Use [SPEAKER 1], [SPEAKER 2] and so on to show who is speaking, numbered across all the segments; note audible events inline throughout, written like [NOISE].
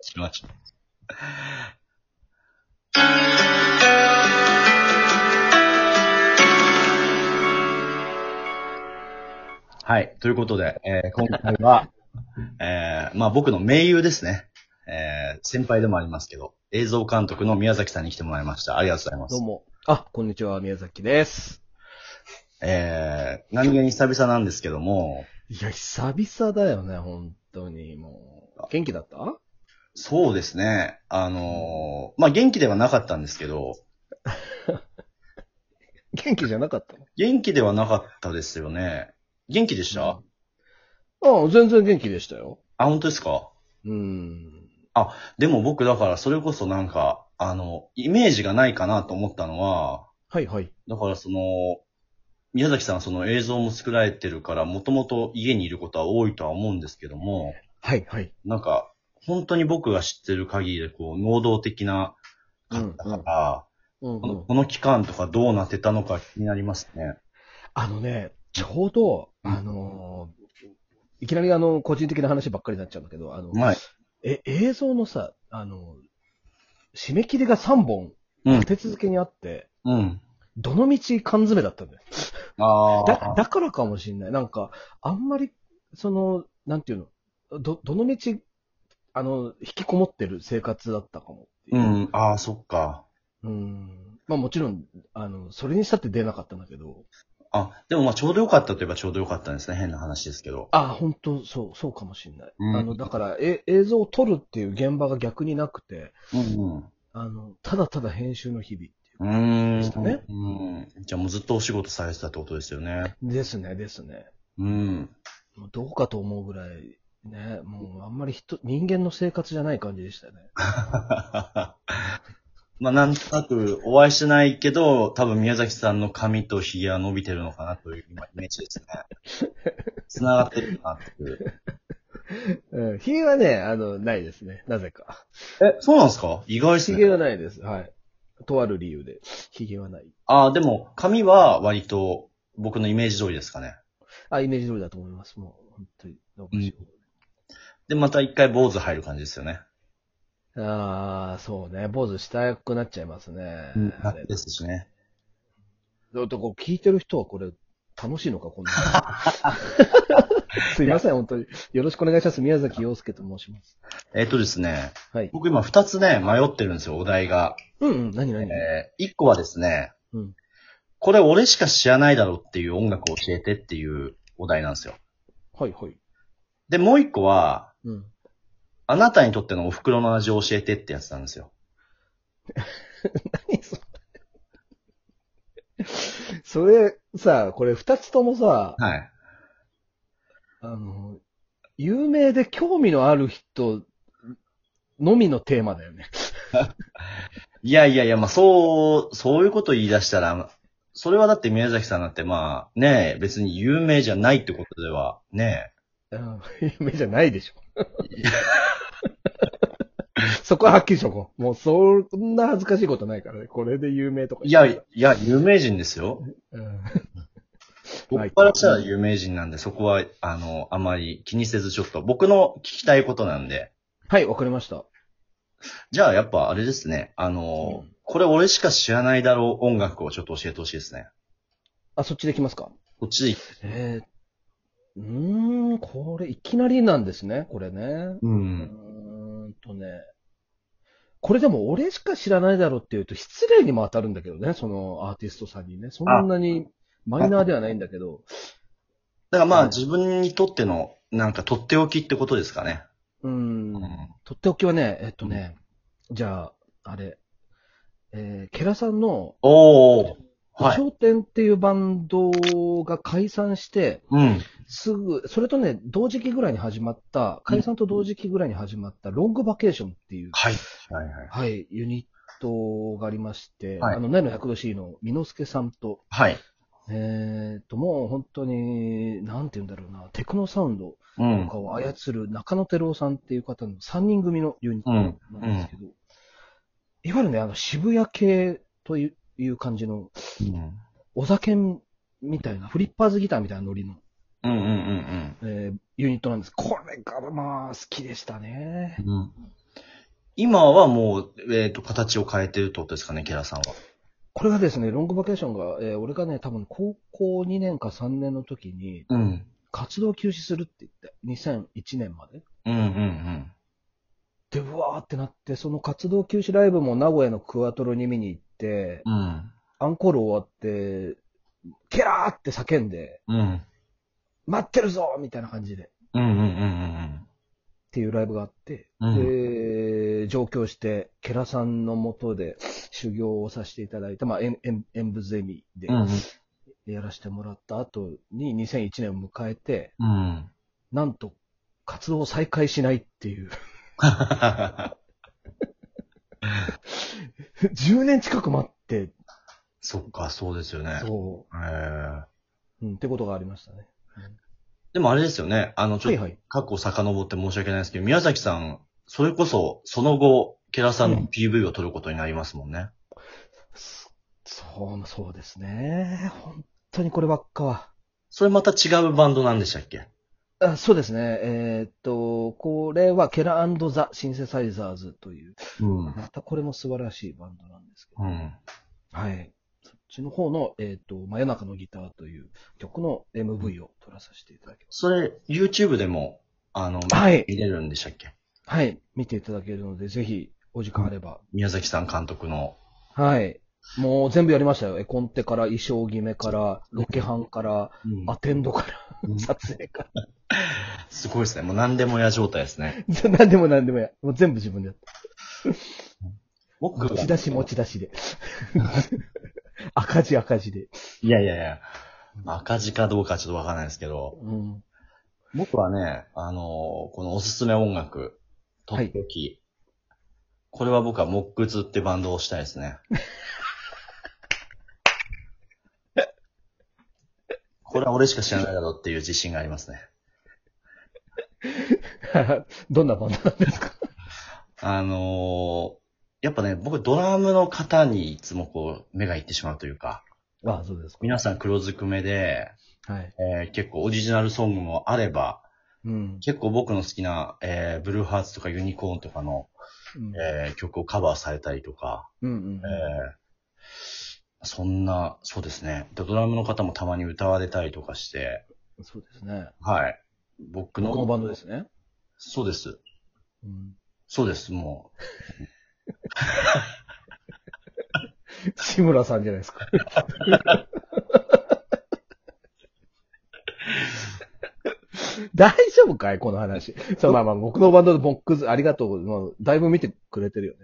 [SPEAKER 1] 知らんし。はい。ということで、えー今回は、 [LAUGHS] えーまあ僕の盟友ですね。えー先輩でもありますけど、映像監督の宮崎さんに来てもらいました。ありがとうございま
[SPEAKER 2] どう
[SPEAKER 1] す。
[SPEAKER 2] も。あ、こんにちは、宮崎です。
[SPEAKER 1] えー、何気に久々なんですけども、
[SPEAKER 2] いや、久々だよね、本当に。もう。元気だった
[SPEAKER 1] そうですね。あのーまあ元気ではなかったんですけど、
[SPEAKER 2] 元気じゃなかったの
[SPEAKER 1] 元気ではなかったですよね。元気でした、
[SPEAKER 2] うん、全然元気でしたよ。
[SPEAKER 1] あ、本当ですか
[SPEAKER 2] うん。
[SPEAKER 1] でも僕だからそれこそなんか、あの、イメージがないかなと思ったのは、
[SPEAKER 2] はいはい。
[SPEAKER 1] だからその、宮崎さんはその映像も作られてるから、もともと家にいることは多いとは思うんですけども、
[SPEAKER 2] はいはい。
[SPEAKER 1] なんか、本当に僕が知ってる限りで、こう、能動的な方だから、
[SPEAKER 2] う
[SPEAKER 1] こ
[SPEAKER 2] んう
[SPEAKER 1] の
[SPEAKER 2] ん
[SPEAKER 1] この期間とかどうなってたのか気になりますね。
[SPEAKER 2] あのね、ちょうど、
[SPEAKER 1] うん
[SPEAKER 2] あのーいきなりあの、個人的な話ばっかりになっちゃうんだけど、あの、
[SPEAKER 1] はい。
[SPEAKER 2] え、映像のさ、あの、締め切りが3本、
[SPEAKER 1] うん
[SPEAKER 2] 立。て続けにあって、
[SPEAKER 1] うん。
[SPEAKER 2] どの道缶詰だったんだよ。
[SPEAKER 1] あ
[SPEAKER 2] だ
[SPEAKER 1] あ。、
[SPEAKER 2] だからかもしれない。なんか、あんまり、その、なんていうの、ど、どの道、あの、引きこもってる生活だったかもって
[SPEAKER 1] う
[SPEAKER 2] いう。
[SPEAKER 1] ん。ああ、そっか。
[SPEAKER 2] うん。まあもちろん、あの、それにしたって出なかったんだけど、
[SPEAKER 1] あ、でもまあちょうどよかったといえばちょうどよかったんですね。変な話ですけど。
[SPEAKER 2] ああ、本当そう、そうかもしれない。
[SPEAKER 1] うん
[SPEAKER 2] あの、だから、え、映像を撮るっていう現場が逆になくて、
[SPEAKER 1] うんうん。
[SPEAKER 2] あの、ただただ編集の日々っていう
[SPEAKER 1] うーん。
[SPEAKER 2] ですかね
[SPEAKER 1] うん。じゃあもうずっとお仕事されてたってことですよね。
[SPEAKER 2] ですね、ですね。
[SPEAKER 1] うん。 [LAUGHS]
[SPEAKER 2] もうどうかと思うぐらい、ね、もうあんまり人、人間の生活じゃない感じでしたね。
[SPEAKER 1] まあなんとなくお会いしてないけど、多分宮崎さんの髪と髭は伸びてるのかなという今イメージ
[SPEAKER 2] [LAUGHS]
[SPEAKER 1] ですね。繋がってるかなっていう。
[SPEAKER 2] うん、ひげはね、あの、ないですね。なぜか。
[SPEAKER 1] え、そうなんですか意外です
[SPEAKER 2] ひげ
[SPEAKER 1] ね。
[SPEAKER 2] はないです。はい。とある理由で、ひげはない。
[SPEAKER 1] ああ、でも髪は割と僕のイメージ通りですかね。
[SPEAKER 2] あ、イメージ通りだと思います。もう、本当に伸ばしを。
[SPEAKER 1] で、また一回坊主入る感じですよね。
[SPEAKER 2] ああ、そうね。坊主したくなっちゃいますね。あれ
[SPEAKER 1] ですしね。
[SPEAKER 2] ちょっとこう、聞いてる人はこれ、楽しいのか、こんなの。すいません、本当に。よろしくお願いします。宮崎洋介と申します。
[SPEAKER 1] えっ、とですね、
[SPEAKER 2] はい。
[SPEAKER 1] 僕今二つね、迷ってるんですよ、お題が。
[SPEAKER 2] うんうん、何何、
[SPEAKER 1] えー、一個はですね、
[SPEAKER 2] うん
[SPEAKER 1] これ俺しか知らないだろうっていう音楽を教えてっていうお題なんですよ。
[SPEAKER 2] はいはい。
[SPEAKER 1] で、もう一個は、
[SPEAKER 2] うん。
[SPEAKER 1] あなたにとってのお袋の味を教えてってやつなんですよ。
[SPEAKER 2] 何それ。それ、さ、これ二つともさ、
[SPEAKER 1] はい。
[SPEAKER 2] あの、有名で興味のある人のみのテーマだよね。
[SPEAKER 1] いやいやいや、まあ、そう、そういうこと言い出したら、それはだって宮崎さんなんてまあ、ねえ、別に有名じゃないってことでは、ね
[SPEAKER 2] うん [LAUGHS] 有名じゃないでしょ。 [LAUGHS] そこははっきりしとこう。もうそんな恥ずかしいことないからね。これで有名とか
[SPEAKER 1] え。いや、いや、有名人ですよ。
[SPEAKER 2] うんは
[SPEAKER 1] 僕
[SPEAKER 2] い
[SPEAKER 1] からしたら有名人なんで、そこは、あの、あまり気にせずちょっと、僕の聞きたいことなんで、
[SPEAKER 2] はい、わかりました。
[SPEAKER 1] じゃあ、やっぱあれですね。あのー、
[SPEAKER 2] うん
[SPEAKER 1] これ俺しか知らないだろう音楽をちょっと教えてほしいですね。
[SPEAKER 2] あ、そっちできますか
[SPEAKER 1] こっちでい、
[SPEAKER 2] えー、うーん、これいきなりなんですね、これね。
[SPEAKER 1] う。
[SPEAKER 2] うんーんとね。これでも俺しか知らないだろうって言うと失礼にも当たるんだけどね、そのアーティストさんにね。そんなにマイナーではないんだけど。
[SPEAKER 1] だからまあ、
[SPEAKER 2] うん
[SPEAKER 1] 自分にとっての、なんか、とっておきってことですかね。
[SPEAKER 2] うーん
[SPEAKER 1] う。
[SPEAKER 2] とっておきはね、えっとね、じゃあ、あれ、えー、ケラさんの、
[SPEAKER 1] おー。はい。
[SPEAKER 2] 頂点っていうバンドが解散して、
[SPEAKER 1] うん。
[SPEAKER 2] すぐ、それとね、同時期ぐらいに始まった、解散と同時期ぐらいに始まった、ロングバケーションっていう、
[SPEAKER 1] はい。はいはい。
[SPEAKER 2] はい、ユニットがありまして、
[SPEAKER 1] はい
[SPEAKER 2] あの、ナイの100度 C の美之助さんと、
[SPEAKER 1] はい。
[SPEAKER 2] えっと、もう本当に、なんて言うんだろうな、テクノサウンド
[SPEAKER 1] う
[SPEAKER 2] と
[SPEAKER 1] ん。
[SPEAKER 2] かを操る中野照夫さんっていう方の3人組のユニットなんですけど、いわゆるね、あの、渋谷系といういう感じの、
[SPEAKER 1] うん
[SPEAKER 2] お酒みたいな、フリッパーズギターみたいなノリの、
[SPEAKER 1] うんうんうん
[SPEAKER 2] えーユニットなんです。これが、まあ、好きでしたね。
[SPEAKER 1] うん。うん、今はもう、えっ、と、形を変えてるってことですかね、ケラさんは。
[SPEAKER 2] これがですね、ロングバケーションが、えー俺がね、多分高校2年か3年の時に、
[SPEAKER 1] うん。
[SPEAKER 2] 活動休止するって言って、2001年まで。
[SPEAKER 1] うんうんうん。
[SPEAKER 2] で、うわーってなって、その活動休止ライブも名古屋のクワトロに見に行って、
[SPEAKER 1] うん。
[SPEAKER 2] アンコール終わって、ケラーって叫んで、
[SPEAKER 1] うん。
[SPEAKER 2] 待ってるぞみたいな感じで、っ
[SPEAKER 1] うんうんうん
[SPEAKER 2] ていうライブがあって、
[SPEAKER 1] うんうん。うん。
[SPEAKER 2] で、上京して、ケラさんのもとで修行をさせていただいた、まあ、演演演舞ゼミで
[SPEAKER 1] うん
[SPEAKER 2] やらせてもらった後に2001年を迎えて、
[SPEAKER 1] [LAUGHS] うん。
[SPEAKER 2] なんと活動を再開しないっていう、10年近く待って、
[SPEAKER 1] そっか、そうですよね。
[SPEAKER 2] そ
[SPEAKER 1] えー
[SPEAKER 2] う、うん、ってことがありましたね。
[SPEAKER 1] でもあれですよね。あの、ちょ
[SPEAKER 2] は
[SPEAKER 1] っ
[SPEAKER 2] い
[SPEAKER 1] と
[SPEAKER 2] はい。
[SPEAKER 1] 過去遡って申し訳ないですけど、宮崎さん、それこそ、その後、ケラさん
[SPEAKER 2] う
[SPEAKER 1] の
[SPEAKER 2] ん
[SPEAKER 1] PV を撮ることになりますもんね。
[SPEAKER 2] そう、そうですね。本当にこればっかは。
[SPEAKER 1] それまた違うバンドなんでしたっけ
[SPEAKER 2] あそうですね。えーっと、これはケラザ・シンセサイザーズという、
[SPEAKER 1] うん。うん。
[SPEAKER 2] またこれも素晴らしいバンドなんですけど、はい。そっちの方の、えーっと、真夜中のギターという曲の MV を撮らさせていただきます。
[SPEAKER 1] それ、YouTube でも、あの、
[SPEAKER 2] はい
[SPEAKER 1] 見れるんでしたっけ
[SPEAKER 2] はい。見ていただけるので、ぜひ、お時間あれば。
[SPEAKER 1] 宮崎さん監督の。
[SPEAKER 2] はい。もう全部やりましたよ。絵コンテから、衣装決めから、ロケハンから、アテンドから、
[SPEAKER 1] うん
[SPEAKER 2] 撮影から。
[SPEAKER 1] すごいですね。もう何でもや状態ですね。
[SPEAKER 2] [LAUGHS] 何でも何でもや。もう全部自分でやった。
[SPEAKER 1] 僕
[SPEAKER 2] 持ち出し持ち出しで。 [LAUGHS] 赤字赤字で。
[SPEAKER 1] いやいやいや。赤字かどうかちょっとわからないですけど。
[SPEAKER 2] うん。 [LAUGHS]
[SPEAKER 1] 僕はね、あのこのおすすめ音楽、とっとき、これは僕はモックツってバンドをしたいですね。これは俺しか知らないだろうっていう自信がありますね。
[SPEAKER 2] どんなバンドなんですか
[SPEAKER 1] あのーやっぱね、僕ドラムの方にいつもこう、目がいってしまうというか、
[SPEAKER 2] ああ、そうですか。
[SPEAKER 1] 皆さん黒ずくめで、
[SPEAKER 2] はい。
[SPEAKER 1] えー結構オリジナルソングもあれば、
[SPEAKER 2] うん。
[SPEAKER 1] 結構僕の好きな、えーブルーハーツとかユニコーンとかの、
[SPEAKER 2] うん
[SPEAKER 1] えー曲をカバーされたりとか、
[SPEAKER 2] うん
[SPEAKER 1] えーそんな、そうですね。でドラムの方もたまに歌われたりとかして、
[SPEAKER 2] うん。そうですね。
[SPEAKER 1] はい。僕の。
[SPEAKER 2] このバンドですね。
[SPEAKER 1] そうです。
[SPEAKER 2] うん
[SPEAKER 1] そうです、も
[SPEAKER 2] 志村さんじゃない [LAUGHS] ですか。大丈夫かいこの話。そう、まあまあ、僕のバンドでボックス、ありがとう。もうだいぶ見てくれてるよね。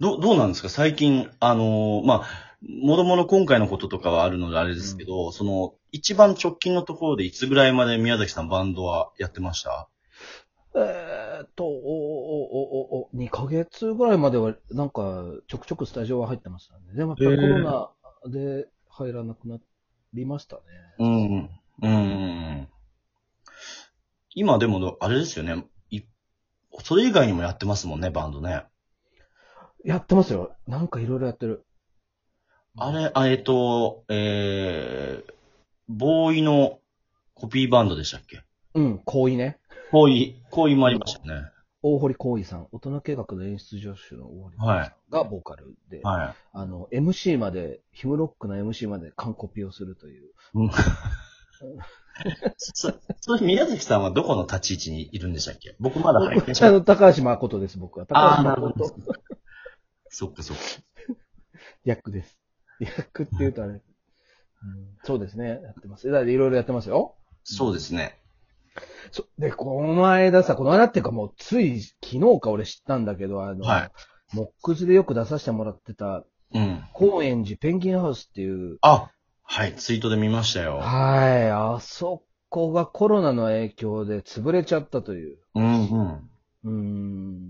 [SPEAKER 1] う。どう、どうなんですか最近、あのーまあ、もろもろ今回のこととかはあるのであれですけど、その、一番直近のところでいつぐらいまで宮崎さんバンドはやってました
[SPEAKER 2] えーっと、おおおおお2ヶ月ぐらいまでは、なんか、ちょくちょくスタジオは入ってましたね。でもやっぱりコロナで入らなくなりましたね。
[SPEAKER 1] うん。うん。今でも、あれですよね。いそれ以外にもやってますもんね、バンドね。
[SPEAKER 2] やってますよ。なんかいろいろやってる。
[SPEAKER 1] あれ、あえっと、えー、ボーイのコピーバンドでしたっけ
[SPEAKER 2] うん、行為ね。
[SPEAKER 1] ボーイ、こういうもありましたね。
[SPEAKER 2] 大堀行為さん、大人計画の演出助手の大堀さん
[SPEAKER 1] はい
[SPEAKER 2] がボーカルで、
[SPEAKER 1] は
[SPEAKER 2] あの、MC まで、ヒムロックの MC まで完コピをするという。
[SPEAKER 1] い。そ、それ宮崎さんはどこの立ち位置にいるんでしたっけ僕まだ入って
[SPEAKER 2] あの、高橋誠です、僕は。高
[SPEAKER 1] あ
[SPEAKER 2] 橋
[SPEAKER 1] あ、なるほど
[SPEAKER 2] 誠。
[SPEAKER 1] そっかそっか。
[SPEAKER 2] 役です。役って言うとあれ。うんそうですね。やってます。だからいろいろやってますよ。
[SPEAKER 1] そうですね。
[SPEAKER 2] そで、この間さ、この間っていうかもう、つい昨日か俺知ったんだけど、あの、
[SPEAKER 1] は
[SPEAKER 2] モックスでよく出させてもらってた、
[SPEAKER 1] い。うん。
[SPEAKER 2] 高円寺ペンギンハウスっていう、
[SPEAKER 1] あ、はい、ツイートで見ましたよ。
[SPEAKER 2] はい、あそこがコロナの影響で潰れちゃったという、
[SPEAKER 1] うんうん。
[SPEAKER 2] うーん、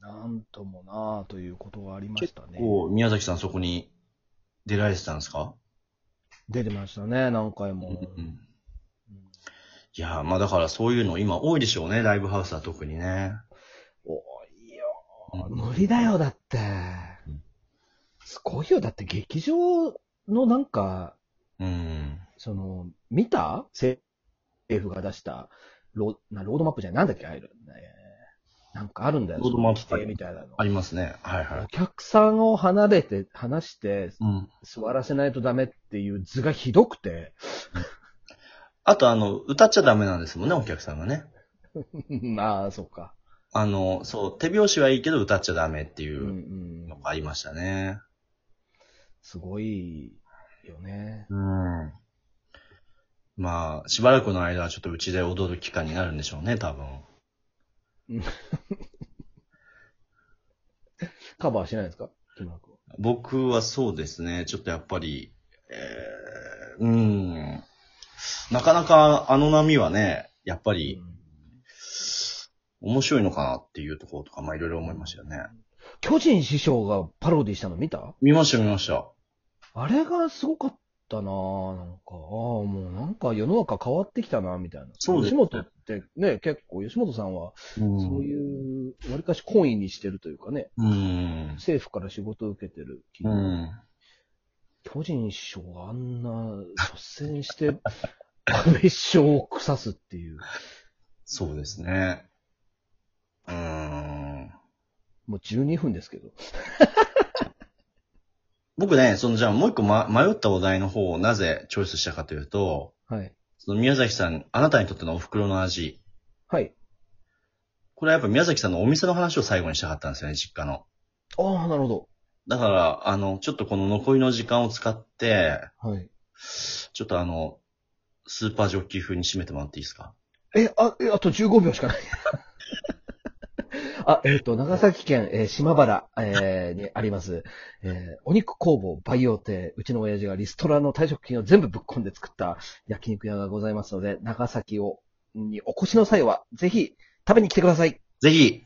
[SPEAKER 2] なんともなあということがありましたね。
[SPEAKER 1] こう、宮崎さんそこに出られてたんですか
[SPEAKER 2] 出てましたね、何回
[SPEAKER 1] う
[SPEAKER 2] も。
[SPEAKER 1] ん。いやー、まあだからそういうの今多いでしょうね、ライブハウスは特にね。
[SPEAKER 2] おいよー、無理だよ、だって
[SPEAKER 1] うん。
[SPEAKER 2] すごいよ、だって劇場のなんか、
[SPEAKER 1] うん。
[SPEAKER 2] その、見たせ政府が出したローなロードマップじゃないなんだっけあれ、ね、なんかあるんだよ。
[SPEAKER 1] ロードマップ
[SPEAKER 2] 規定みたいなの。
[SPEAKER 1] ありますね。はいは
[SPEAKER 2] お
[SPEAKER 1] い。
[SPEAKER 2] 客さんを離れて、離して、
[SPEAKER 1] うん。
[SPEAKER 2] 座らせないとダメっていう図がひどくて、 [LAUGHS]
[SPEAKER 1] あと、あの、歌っちゃダメなんですもんね、お客さんがね。
[SPEAKER 2] まあ、そうか。
[SPEAKER 1] あの、そう、手拍子はいいけど歌っちゃダメってい
[SPEAKER 2] うんう
[SPEAKER 1] うんの。がありましたね。
[SPEAKER 2] すごいよね。
[SPEAKER 1] うん。まあ、しばらくの間はちょっとうちで踊る期間になるんでしょうね、多分。
[SPEAKER 2] カバーしないんですか木村君
[SPEAKER 1] 僕はそうですね、ちょっとやっぱり、えー、うん。なかなかあの波はね、やっぱり
[SPEAKER 2] うん
[SPEAKER 1] 面白いのかなっていうところとか、まあいろいろ思いましたよね。
[SPEAKER 2] 巨人師匠がパロディしたの見た
[SPEAKER 1] 見ました見ました。
[SPEAKER 2] あれがすごかったなぁ、なんか。ああ、もうなんか世の中変わってきたな、みたいな。
[SPEAKER 1] そうです
[SPEAKER 2] 吉本ってね、結構、吉本さんは、
[SPEAKER 1] う。
[SPEAKER 2] そうんいう、わりかし懇意にしてるというかね、
[SPEAKER 1] うん。
[SPEAKER 2] 政府から仕事を受けてる
[SPEAKER 1] う
[SPEAKER 2] 企業。
[SPEAKER 1] ん。
[SPEAKER 2] 巨人師匠があんな、率先して、安倍首相を腐すっていう。
[SPEAKER 1] そうですね。うん。
[SPEAKER 2] もう12分ですけど。
[SPEAKER 1] 僕ね、そのじゃあもう一個、ま、迷ったお題の方をなぜチョイスしたかというと、
[SPEAKER 2] はい。
[SPEAKER 1] その宮崎さん、あなたにとってのお袋の味。
[SPEAKER 2] はい。
[SPEAKER 1] これはやっぱ宮崎さんのお店の話を最後にしたかったんですよね、実家の。
[SPEAKER 2] ああ、なるほど。
[SPEAKER 1] だから、あの、ちょっとこの残りの時間を使って、
[SPEAKER 2] はい。
[SPEAKER 1] ちょっとあの、スーパージョッキー風に締めてもらっていいですか
[SPEAKER 2] え、あ、え、あと15秒しかない。あ、えっ、と、長崎県、えー島原、えーにあります、えーお肉工房培養亭、うちの親父がリストラの退職金を全部ぶっ込んで作った焼肉屋がございますので、長崎を、にお越しの際は、ぜひ、食べに来てください。
[SPEAKER 1] ぜひ